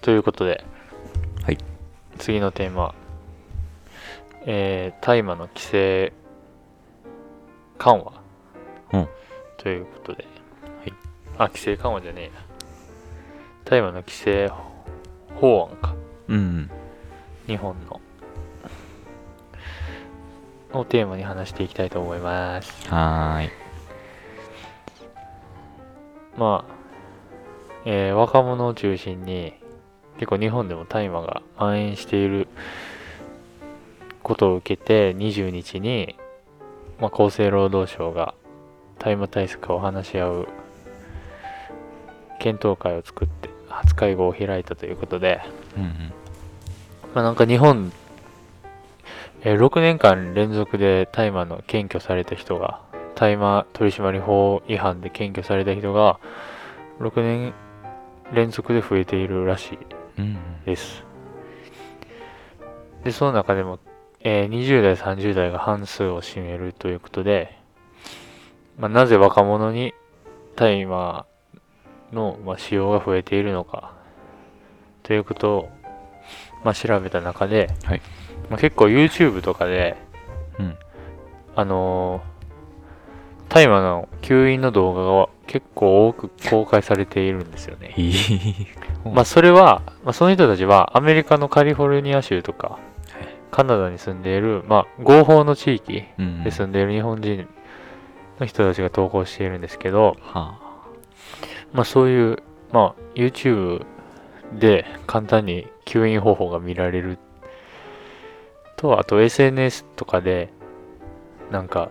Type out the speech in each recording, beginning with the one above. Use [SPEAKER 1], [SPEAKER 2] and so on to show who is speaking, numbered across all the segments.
[SPEAKER 1] ということで、
[SPEAKER 2] はい、
[SPEAKER 1] 次のテーマ、えー大麻の規制緩和、
[SPEAKER 2] うん
[SPEAKER 1] ということで、
[SPEAKER 2] い
[SPEAKER 1] あ、規制緩和じゃねえな。大麻の規制法案か、
[SPEAKER 2] うん
[SPEAKER 1] 日本の。をテーマに話していきたいと思います。
[SPEAKER 2] はーい
[SPEAKER 1] まあ、えー若者を中心に結構日本でも大麻が蔓延していることを受けて20日に、まあ、厚生労働省が大麻対策を話し合う検討会を作って初会合を開いたということで、
[SPEAKER 2] うんうん
[SPEAKER 1] まあ、なんか日本、えー6年間連続で大麻の検挙された人が、大麻取締法違反で検挙された人が、6年連続で増えているらしい
[SPEAKER 2] うん
[SPEAKER 1] です。で、その中でも、えー20代、30代が半数を占めるということで、まあ、なぜ若者に大麻の、まあ、使用が増えているのかということを、まあ、調べた中で、
[SPEAKER 2] はい
[SPEAKER 1] まあ、結構 YouTube とかで、
[SPEAKER 2] うん
[SPEAKER 1] あのー大麻の吸引の動画が結構多く公開されているんですよね。
[SPEAKER 2] いいうん
[SPEAKER 1] まあそれは、まあ、その人たちはアメリカのカリフォルニア州とか、カナダに住んでいる、まあ、合法の地域
[SPEAKER 2] うん
[SPEAKER 1] で住んでいる日本人の人たちが投稿しているんですけど、
[SPEAKER 2] は
[SPEAKER 1] まあ、そういう、まあ、YouTube で簡単に吸引方法が見られるとあと SNS とかでなんか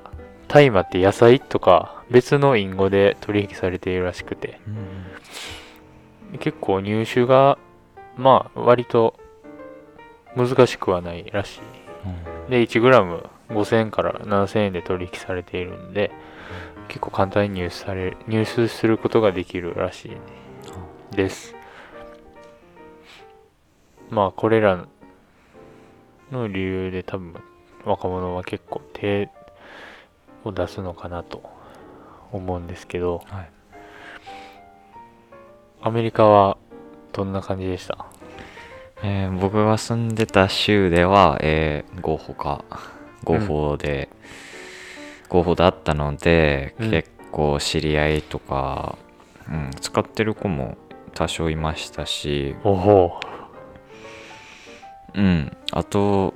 [SPEAKER 1] 大麻って野菜とか別の隠語で取引されているらしくて
[SPEAKER 2] あうんうん
[SPEAKER 1] 結構入手がまあ割と難しくはないらしいで 1g5000 円から7000円で取引されているんで結構簡単に入手され入手することができるらしいですまあこれらの理由で多分若者は結構手を出すのかなと思うんですけど
[SPEAKER 2] はい
[SPEAKER 1] アメリカはどんな感じでした
[SPEAKER 2] えー僕が住んでた州では、えー合法か合法で、合法だったので、
[SPEAKER 1] うん
[SPEAKER 2] 結構知り合いとか、うん、使ってる子も多少いましたし、
[SPEAKER 1] おほ
[SPEAKER 2] うん、あと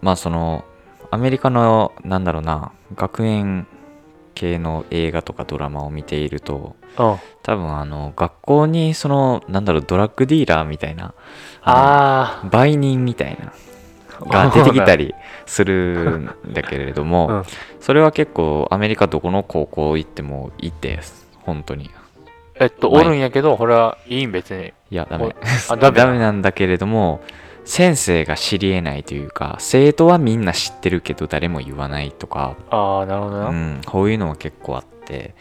[SPEAKER 2] まあそのアメリカのなんだろうな学園系の映画とかドラマを見ていると
[SPEAKER 1] う。うん。
[SPEAKER 2] 多分あの学校にそのなんだろうドラッグディーラーみたいなあ
[SPEAKER 1] あ
[SPEAKER 2] の売人みたい な
[SPEAKER 1] あ。
[SPEAKER 2] が出てきた。りするんだけれども、
[SPEAKER 1] うん
[SPEAKER 2] それは結構アメリカどこの高校行ってもいて本当に
[SPEAKER 1] えっと、おるんやけど、これはいいん別に。
[SPEAKER 2] いやダメ
[SPEAKER 1] あ、ダメ
[SPEAKER 2] ダメなんだけれども先生が知り得ないというか生徒はみんな知ってるけど誰も言わないとか、
[SPEAKER 1] ああ、なるほど
[SPEAKER 2] う
[SPEAKER 1] な。
[SPEAKER 2] ん、こういうのは結構あって、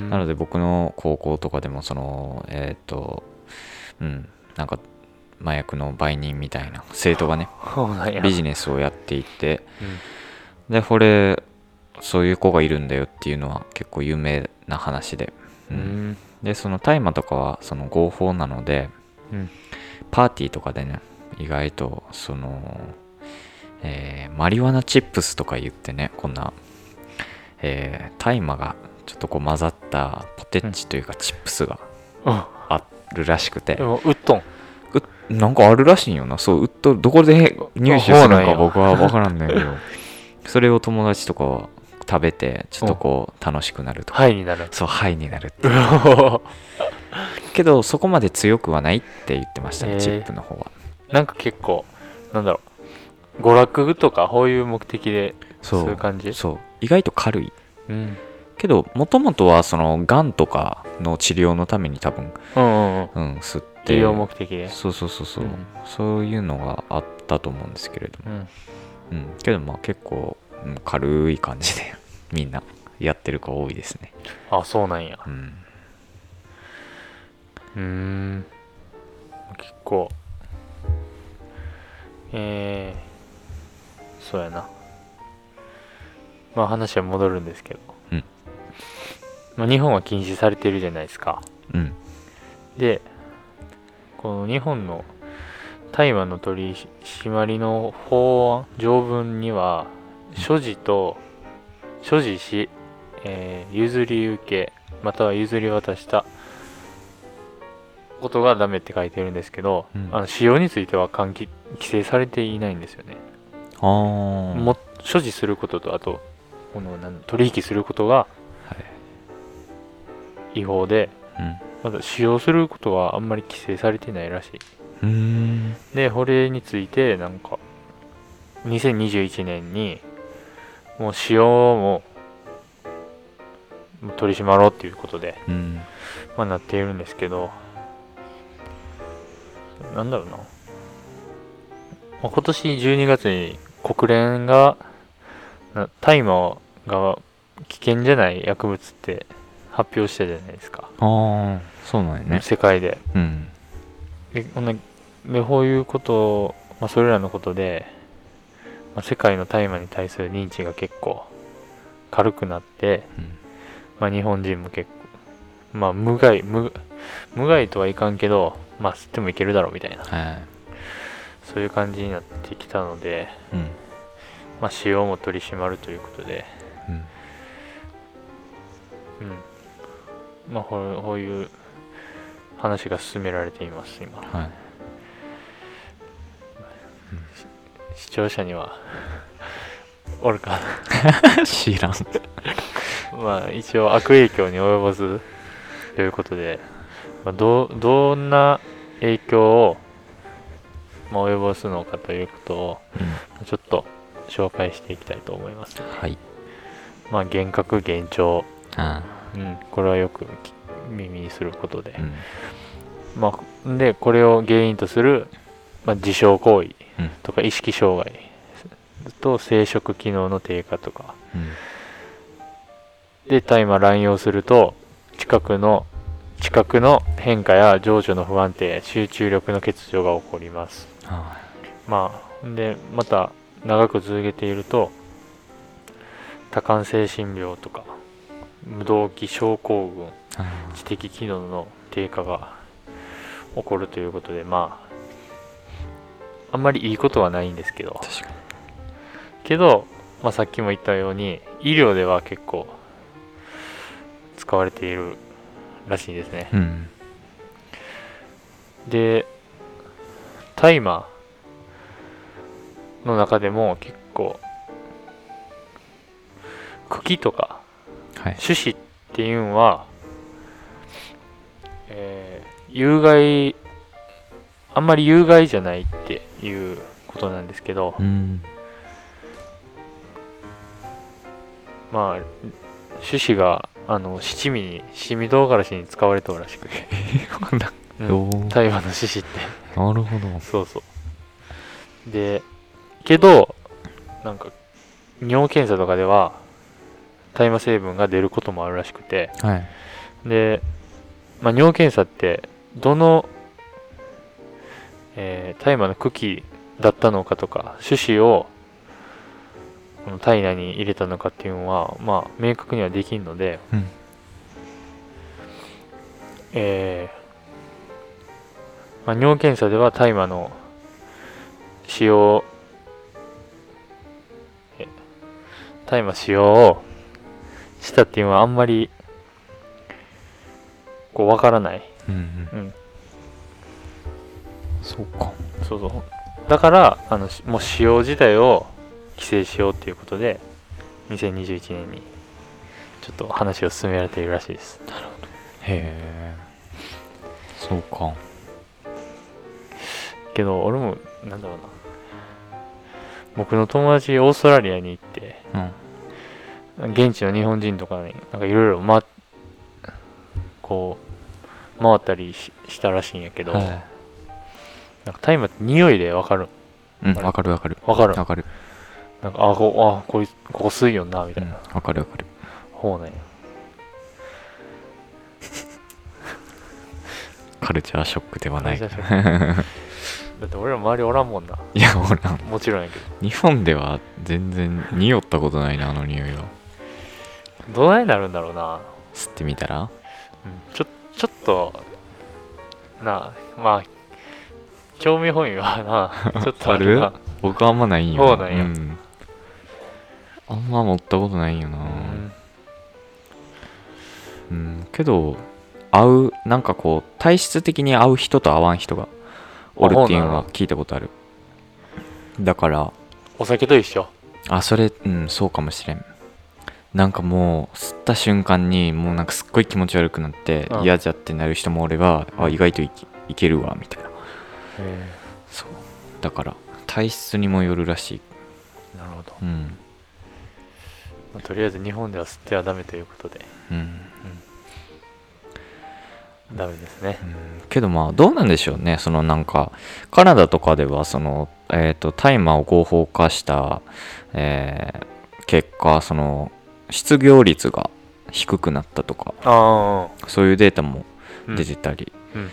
[SPEAKER 1] うん
[SPEAKER 2] なので僕の高校とかでもそのえっ、とうんなんか麻薬の売人みたいな生徒がね
[SPEAKER 1] そうなんや。
[SPEAKER 2] ビジネスをやっていて
[SPEAKER 1] うん
[SPEAKER 2] でこれそういう子がいるんだよっていうのは結構有名な話で、
[SPEAKER 1] う
[SPEAKER 2] うん
[SPEAKER 1] ん。
[SPEAKER 2] でその大麻とかはその合法なので、
[SPEAKER 1] うん
[SPEAKER 2] パーティーとかでね意外とその、えーマリワナチップスとか言ってねこんな、えー大麻がちょっとこう混ざったポテチというかチップスが
[SPEAKER 1] うん。
[SPEAKER 2] あるらしくて
[SPEAKER 1] で、も、ウッドン。
[SPEAKER 2] うなんかあるらしいんよなそううっとどこで入手す
[SPEAKER 1] あそう
[SPEAKER 2] る
[SPEAKER 1] な
[SPEAKER 2] の
[SPEAKER 1] んや
[SPEAKER 2] か僕は分からんねんけど それを友達とかは食べてちょっとこう楽しくなるとか、
[SPEAKER 1] はいになる。
[SPEAKER 2] そうハイにな るっていう
[SPEAKER 1] うお
[SPEAKER 2] けどそこまで強くはないって言ってましたね、
[SPEAKER 1] へー
[SPEAKER 2] チップの方は
[SPEAKER 1] なんか結構、なんだろう。娯楽とか、こういう目的で、そういう感じ
[SPEAKER 2] そう意外と軽い
[SPEAKER 1] うん。
[SPEAKER 2] けどもともとはそのがんとかの治療のために多分
[SPEAKER 1] うんうんうん。
[SPEAKER 2] うん吸って
[SPEAKER 1] 利用目的で。
[SPEAKER 2] そうそうそうそう、
[SPEAKER 1] うん
[SPEAKER 2] そういうのがあったと思うんですけれど
[SPEAKER 1] う
[SPEAKER 2] も、
[SPEAKER 1] ん。
[SPEAKER 2] うん、けどまあ結構、うん軽い感じで みんなやってる子多いですね
[SPEAKER 1] あ、そうなんや。
[SPEAKER 2] うん
[SPEAKER 1] うーん結構えー、そうやなまあ話は戻るんですけど、
[SPEAKER 2] うん
[SPEAKER 1] まあ、日本は禁止されてるじゃないですか
[SPEAKER 2] うん
[SPEAKER 1] でこの日本の大麻の取り締まりの法案条文には所持と所持し、えー譲り受けまたは譲り渡したことがダメって書いてるんですけど、
[SPEAKER 2] うん
[SPEAKER 1] あの使用については換気規制されていないんですよね、
[SPEAKER 2] ああ
[SPEAKER 1] も所持することとあとこのなん取引することが
[SPEAKER 2] は
[SPEAKER 1] 違法で
[SPEAKER 2] い
[SPEAKER 1] まだ使用することはあんまり規制されてないらしい
[SPEAKER 2] うんうーん
[SPEAKER 1] で、これについて、なんか、2021年に、もう使用も、もう取り締まろうっていうことで、
[SPEAKER 2] うん
[SPEAKER 1] まあ、なっているんですけど、なんだろうな。まあ、今年12月に国連が、な大麻が危険じゃない薬物って発表したじゃないですか。
[SPEAKER 2] ああそうなんやね
[SPEAKER 1] 世界で。
[SPEAKER 2] うん
[SPEAKER 1] でこんなでこういうことを、まあ、それらのことで、まあ、世界の大麻に対する認知が結構軽くなって、
[SPEAKER 2] うん
[SPEAKER 1] まあ、日本人も結構、まあ、無害無無害とはいかんけど、まあ、吸ってもいけるだろうみたいな
[SPEAKER 2] は
[SPEAKER 1] そういう感じになってきたので、
[SPEAKER 2] いうん
[SPEAKER 1] まあ、使用も取り締まるということで、
[SPEAKER 2] うん
[SPEAKER 1] うんまあ、こうこういう話が進められています今
[SPEAKER 2] はい
[SPEAKER 1] 視聴者には おるかな
[SPEAKER 2] 知らん。
[SPEAKER 1] まあ一応悪影響に及ぼすということで、まあ、どうどんな影響を、まあ、及ぼすのかということをちょっと紹介していきたいと思います。
[SPEAKER 2] はい。
[SPEAKER 1] まあ幻覚幻聴、
[SPEAKER 2] あ
[SPEAKER 1] うん、これはよくき耳にすることで
[SPEAKER 2] あ、う、ん。
[SPEAKER 1] まあ、でこれを原因とする、まあ、自傷行為
[SPEAKER 2] うん
[SPEAKER 1] とか意識障害と生殖機能の低下とか
[SPEAKER 2] うん。
[SPEAKER 1] で大麻乱用すると近くの知覚の変化や情緒の不安定集中力の欠如が起こります
[SPEAKER 2] あ
[SPEAKER 1] まあでまた長く続けていると多感性心病とか無動悸症候群
[SPEAKER 2] あ。あ
[SPEAKER 1] 知的機能の低下が起こるということでまああんまりいいことはないんですけど
[SPEAKER 2] あ。確か
[SPEAKER 1] けど、まあ、さっきも言ったように医療では結構使われているらしいですね
[SPEAKER 2] に。うん。
[SPEAKER 1] で大麻の中でも結構茎とか
[SPEAKER 2] はい。
[SPEAKER 1] 種子っていうのは、えー有害あんまり有害じゃないっていうことなんですけど、
[SPEAKER 2] うん。
[SPEAKER 1] まあ種子があの七味に七味唐辛子に使われとるらしく てうん
[SPEAKER 2] おー
[SPEAKER 1] 大麻の種子って
[SPEAKER 2] なるほど。
[SPEAKER 1] そうそうでけどなんか尿検査とかでは大麻成分が出ることもあるらしくて
[SPEAKER 2] はい。
[SPEAKER 1] で、まあ、尿検査ってどの、えー大麻の茎だったのかとか種子をこの体内に入れたのかっていうのは、まあ、明確にはできんので、
[SPEAKER 2] うん
[SPEAKER 1] えーまあ、尿検査では大麻の使用え大麻使用をしたっていうのはあんまりこうわからない、
[SPEAKER 2] うんうん。
[SPEAKER 1] うん、
[SPEAKER 2] そうか。
[SPEAKER 1] そうそうだからあのしもう使用自体を規制しようっていうことで2021年にちょっと話を進められているらしいです
[SPEAKER 2] へえ。そうか。
[SPEAKER 1] けど俺もなんだろうな僕の友達オーストラリアに行って
[SPEAKER 2] うん。
[SPEAKER 1] 現地の日本人とかになんかいろいろまこう回ったりししたらしいんやけど、
[SPEAKER 2] は
[SPEAKER 1] なんか大麻って匂いでわかる
[SPEAKER 2] い。うん。わかるわかる。
[SPEAKER 1] わかる
[SPEAKER 2] わかる。
[SPEAKER 1] なんかあこあこいつここ吸いよんなみ
[SPEAKER 2] う
[SPEAKER 1] たい
[SPEAKER 2] ん。
[SPEAKER 1] な、
[SPEAKER 2] わかるわかる。
[SPEAKER 1] ほうなんや
[SPEAKER 2] カルチャーショックではない。
[SPEAKER 1] カ
[SPEAKER 2] い
[SPEAKER 1] ルチ ャーだって俺ら周りおらんもんな
[SPEAKER 2] や、ほら、
[SPEAKER 1] もちろんやけど
[SPEAKER 2] 日本では全然匂ったことないな、あの匂いは。
[SPEAKER 1] どないなるんだろうな、
[SPEAKER 2] 吸ってみたら
[SPEAKER 1] うん、ちょちょっとなあまあ調味本位は な、ちょっとあるな。
[SPEAKER 2] 僕はあんまないんよ
[SPEAKER 1] そうなんや
[SPEAKER 2] んあんま持ったことないんよな
[SPEAKER 1] うん
[SPEAKER 2] うんけど合うなんかこう体質的に合う人と合わん人がおるっていうのは聞いたことあるだから
[SPEAKER 1] お酒と一緒。
[SPEAKER 2] あそれうんそうかもしれんなんかもう吸った瞬間にもうなんかすっごい気持ち悪くなって
[SPEAKER 1] うん
[SPEAKER 2] 嫌じゃってなる人もおれば、あ意外といけいけるわみたいなそうだから体質にもよるらしい
[SPEAKER 1] なるほど、
[SPEAKER 2] うん
[SPEAKER 1] まあとりあえず日本では吸ってはダメということで、
[SPEAKER 2] うん
[SPEAKER 1] ダメですね。
[SPEAKER 2] けどまあどうなんでしょうねそのなんかカナダとかではそのえっ、と大麻を合法化した、えー結果その失業率が低くなったとか
[SPEAKER 1] あ
[SPEAKER 2] そういうデータも
[SPEAKER 1] あ、
[SPEAKER 2] 出てたり、
[SPEAKER 1] うん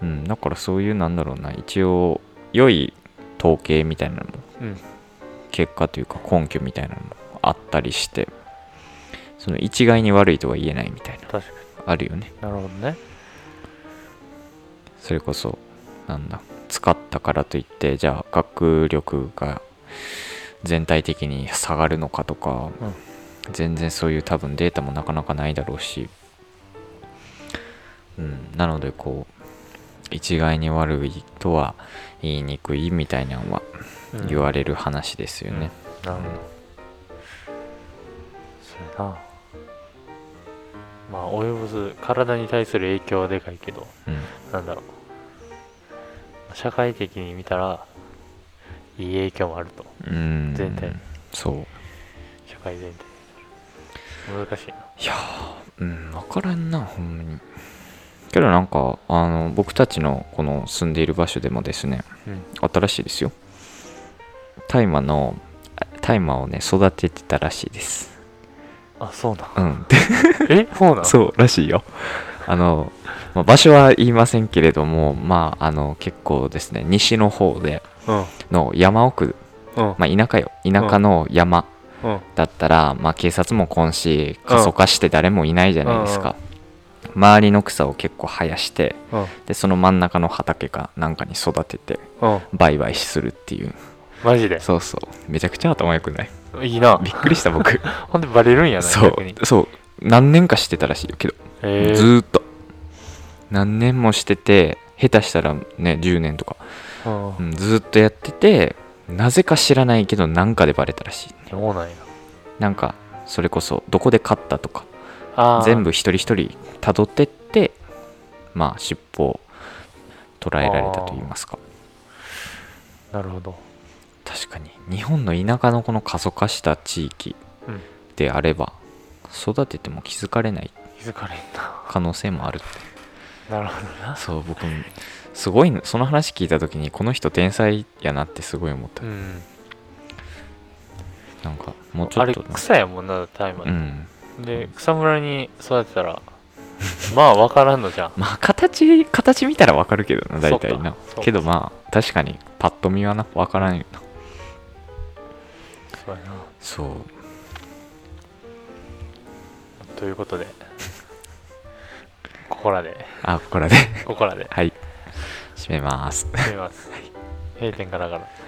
[SPEAKER 2] うんだからそういうなんだろうな一応良い統計みたいなのも
[SPEAKER 1] うん。
[SPEAKER 2] 結果というか根拠みたいなのもあったりしてその一概に悪いとは言えないみたいな
[SPEAKER 1] 確か
[SPEAKER 2] あるよね
[SPEAKER 1] になるほどね。
[SPEAKER 2] それこそなんだ使ったからといってじゃあ学力が全体的に下がるのかとか、
[SPEAKER 1] うん
[SPEAKER 2] 全然そういう多分データもなかなかないだろうし、うん、なのでこう一概に悪いとは言いにくいみたいなのは
[SPEAKER 1] うん
[SPEAKER 2] 言われる話ですよね。
[SPEAKER 1] なるほど。そうやな。まあ、及ぼす体に対する影響はでかいけど、
[SPEAKER 2] うん
[SPEAKER 1] なんだろう。社会的に見たら、いい影響もあると。
[SPEAKER 2] うん
[SPEAKER 1] 全体
[SPEAKER 2] そう
[SPEAKER 1] 社会全体。難しいな。
[SPEAKER 2] うん、分からんな、ほんまに。けどなんか、あの、僕たちのこの住んでいる場所でもですね、
[SPEAKER 1] うん
[SPEAKER 2] 新しいですよ。大麻の、大麻をね、育ててたらしいです。
[SPEAKER 1] あ、そうなん。
[SPEAKER 2] うん、
[SPEAKER 1] え、そうなん
[SPEAKER 2] そうらしいよ。あの、まあ場所は言いませんけれども、まあ、あの、結構ですね、西の方で
[SPEAKER 1] うん。
[SPEAKER 2] の山奥、
[SPEAKER 1] うん。
[SPEAKER 2] まあ、田舎よ、田舎の山。
[SPEAKER 1] うん。
[SPEAKER 2] だったら、まあ、警察も来んし過疎化して誰もいないじゃないですか、周りの草を結構生やして
[SPEAKER 1] うん。
[SPEAKER 2] でその真ん中の畑かなんかに育てて
[SPEAKER 1] うん。
[SPEAKER 2] 売買するっていう
[SPEAKER 1] マジで。
[SPEAKER 2] そうそうめちゃくちゃ頭良くない
[SPEAKER 1] いいな。
[SPEAKER 2] びっくりした僕
[SPEAKER 1] ほんでバレるんやな、
[SPEAKER 2] そ
[SPEAKER 1] 逆に。
[SPEAKER 2] うそう何年かしてたらしいよけど、
[SPEAKER 1] え
[SPEAKER 2] ず
[SPEAKER 1] ー
[SPEAKER 2] ーっと何年もしてて下手したらね10年とか、
[SPEAKER 1] うん
[SPEAKER 2] うん、ずーっとやっててなぜか知らないけどなんかでバレたらしい
[SPEAKER 1] そうなんや。
[SPEAKER 2] なんかそれこそどこで買ったとか
[SPEAKER 1] あー
[SPEAKER 2] 全部一人一人たどってってまあ尻尾を捉えられたと言いますか
[SPEAKER 1] なるほど。
[SPEAKER 2] 確かに日本の田舎のこの過疎化した地域
[SPEAKER 1] うん
[SPEAKER 2] であれば育てても気づかれない
[SPEAKER 1] 気づかれんな。
[SPEAKER 2] 可能性もあるって
[SPEAKER 1] なるほどな。
[SPEAKER 2] そう僕もすごいのその話聞いた時にこの人天才やなってすごい思った
[SPEAKER 1] うん。
[SPEAKER 2] なんかもうちょ
[SPEAKER 1] あ
[SPEAKER 2] っ
[SPEAKER 1] れ
[SPEAKER 2] とな
[SPEAKER 1] 草やもんな、タイマ
[SPEAKER 2] う
[SPEAKER 1] ー。
[SPEAKER 2] ん
[SPEAKER 1] で、草むらに育てたら、 まあ分からんのじゃん。
[SPEAKER 2] まあ形形見たらわかるけどな大体
[SPEAKER 1] そ
[SPEAKER 2] な
[SPEAKER 1] うかそうか
[SPEAKER 2] けどまあ確かにパッと見はなわからんよな
[SPEAKER 1] そうやな。
[SPEAKER 2] そう
[SPEAKER 1] ということで、ここらで、
[SPEAKER 2] あここらで
[SPEAKER 1] ここらで、
[SPEAKER 2] はい。閉めます。
[SPEAKER 1] すみます。閉店からから。